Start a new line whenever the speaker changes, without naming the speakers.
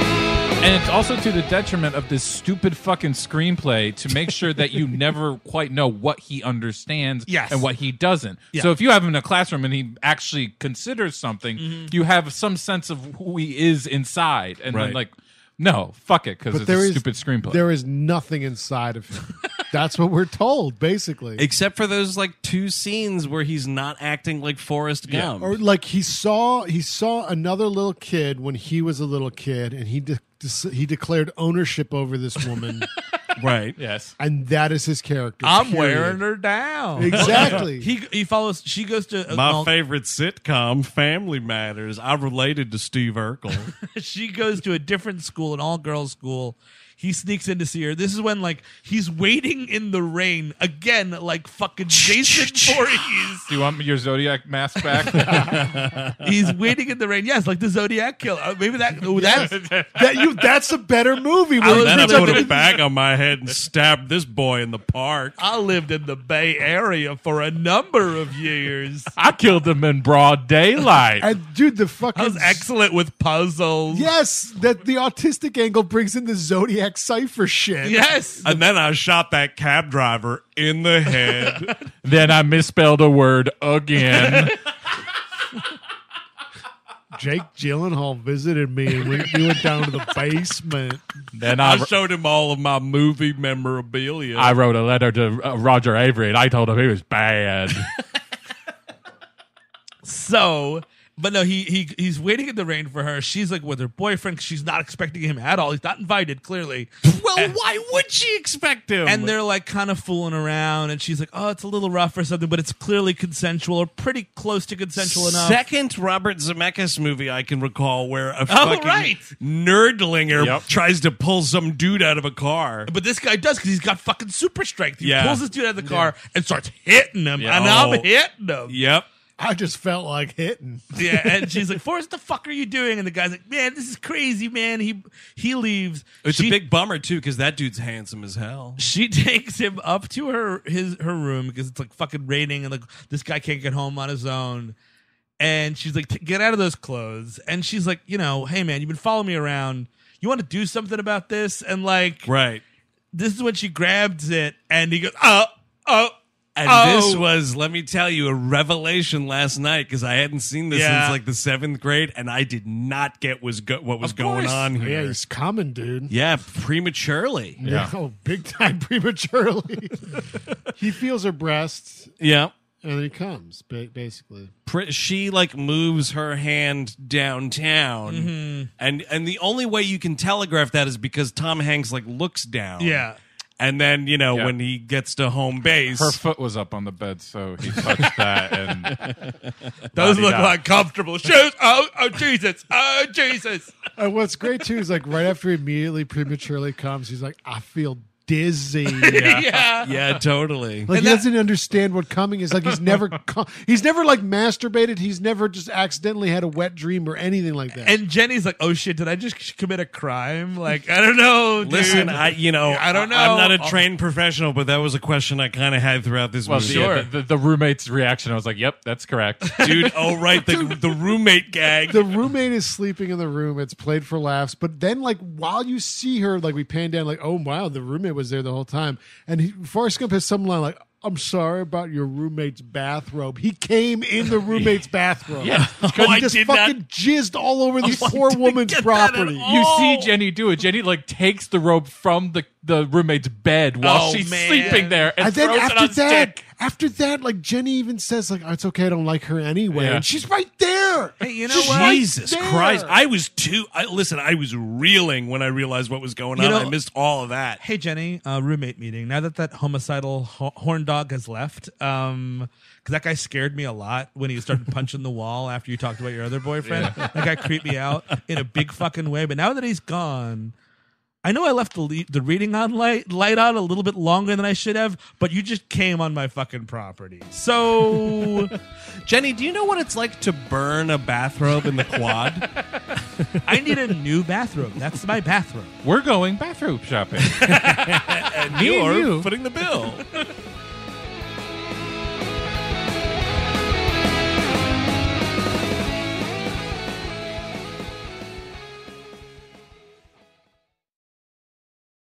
and it's also to the detriment of this stupid fucking screenplay to make sure that you never quite know what he understands
Yes.
and what he doesn't.
Yeah.
So if you have him in a classroom and he actually considers something,
Mm-hmm.
you have some sense of who he is inside, and
Right.
then like, no, fuck it, because
But
it's
there
a
is
stupid screenplay.
There is nothing inside of him. That's what we're told, basically.
Except for those like two scenes where he's not acting like Forrest Gump.
or like he saw he saw another little kid when he was a little kid, and he de- de- he declared ownership over this woman,
right.
yes,
and that is his character.
I'm
period.
wearing her down.
exactly.
He he follows. She goes to
My
well,
favorite sitcom, Family Matters. I related to Steve Urkel.
she goes to a different school, an all girls school. He sneaks in to see her. This is when like he's waiting in the rain again, like fucking Jason Voorhees.
do you want your zodiac mask back?
He's waiting in the rain. Yes, like the Zodiac killer. Uh, Maybe that. Oh, that's
that you that's a better movie.
I
where he
was
then I
That's
put
a-
a bag on my head and stabbed this boy in the park.
I lived in the Bay Area for a number of years.
I killed him in broad daylight.
And dude, the fucking
I was excellent with puzzles.
yes, that the autistic angle brings in the zodiac cipher shit.
Yes.
And then I shot that cab driver in the head.
then I misspelled a word again.
Jake Gyllenhaal visited me, and we, we went down to the basement.
then
I
I.
showed him all of my movie memorabilia.
I wrote a letter to uh, Roger Avery and I told him he was bad.
So, but no, he he he's waiting in the rain for her. She's like with her boyfriend. 'cause She's not expecting him at all. He's not invited, clearly.
well, why would she expect him?
And they're like kind of fooling around, and she's like, "Oh, it's a little rough or something," but it's clearly consensual or pretty close to consensual enough. Oh,
Second Robert Zemeckis movie I can recall where a fucking
right.
nerdlinger
Yep.
tries to pull some dude out of a car.
but this guy does because he's got fucking super strength. He
Yeah.
pulls this dude out of the car and starts hitting him,
Yeah.
and
Oh.
I'm hitting him.
Yep.
I just felt like hitting.
Yeah, and she's like, "Forrest, the fuck are you doing?" And the guy's like, "Man, this is crazy, man." He he leaves.
It's
She-
a big bummer too because that dude's handsome as hell.
she takes him up to her his her room because it's like fucking raining and like this guy can't get home on his own and she's like "T- get out of those clothes and she's like you know hey man you've been following me around you want to do something about this and like
Right.
this is when she grabs it and he goes oh oh
And
oh."
this was, let me tell you, a revelation last night because I hadn't seen this
Yeah.
since like the seventh grade, and I did not get was go- what was
Of
going
course.
on
Yeah,
here.
he's common, dude.
Yeah, prematurely.
Yeah.
Oh, big time prematurely. he feels her breasts
Yeah.
and then he comes, ba- basically.
Pr- She like moves her hand downtown, and and the only way you can telegraph that is because Tom Hanks like looks down.
yeah
and then you know
Yeah.
when he gets to home base,
Her foot was up on the bed, so he touched that and
those look
La-di-da.
like comfortable shoes oh oh jesus oh jesus
And what's great too is like right after he immediately prematurely comes, he's like, I feel dizzy.
yeah,
yeah, totally.
Like
And
he
that-
doesn't understand what coming is. Like he's never, co- he's never like masturbated. He's never just accidentally had a wet dream or anything like that.
And Jenny's like, "Oh shit! Did I just commit a crime? Like, I don't know. Dude.
Listen, I you know
I don't
I'm not
know.
a trained professional, but that was a question I kind of had throughout this
well,
movie.
the, the, the roommate's reaction. I was like, "Yep, that's correct."
dude. Oh, right, the the roommate gag.
the roommate is sleeping in the room. It's played for laughs. But then, like, while you see her, like, we pan down, like, oh, wow, the roommate was there the whole time. And he, Forrest Gump has some line, like, I'm sorry about your roommate's bathrobe. He came in the roommate's bathrobe. Yeah.
Oh, I
he just
did not-
fucking jizzed all over this poor
didn't
woman's
get that at
property.
all.
you see
Oh.
Jenny do it. Jenny like takes the robe from the the roommate's bed while
Oh,
she's
man.
sleeping there, and,
And then
throws it
after
on
that,
stick.
after that, like Jenny even says, like, oh, it's okay, I don't like her anyway.
Yeah.
And she's right there.
Hey, you know
She's
what?
right
Jesus
there.
Christ! I was too. I, listen, I was reeling when I realized what was going
You
on.
know-
I missed all of that.
Hey Jenny, uh, roommate meeting. Now that that homicidal ho- horn dog has left, um, because that guy scared me a lot when he started punching the wall after you talked about your other boyfriend. That guy creeped me out in a big fucking way. But now that he's gone, I know I left the le- the reading on light light on a little bit longer than I should have. But you just came on my fucking property, so
Jenny, do you know what it's like to burn a bathrobe in the quad?
I need a new bathroom. That's my bathroom.
We're going bathroom shopping.
and
Me and
you're
you.
footing the bill.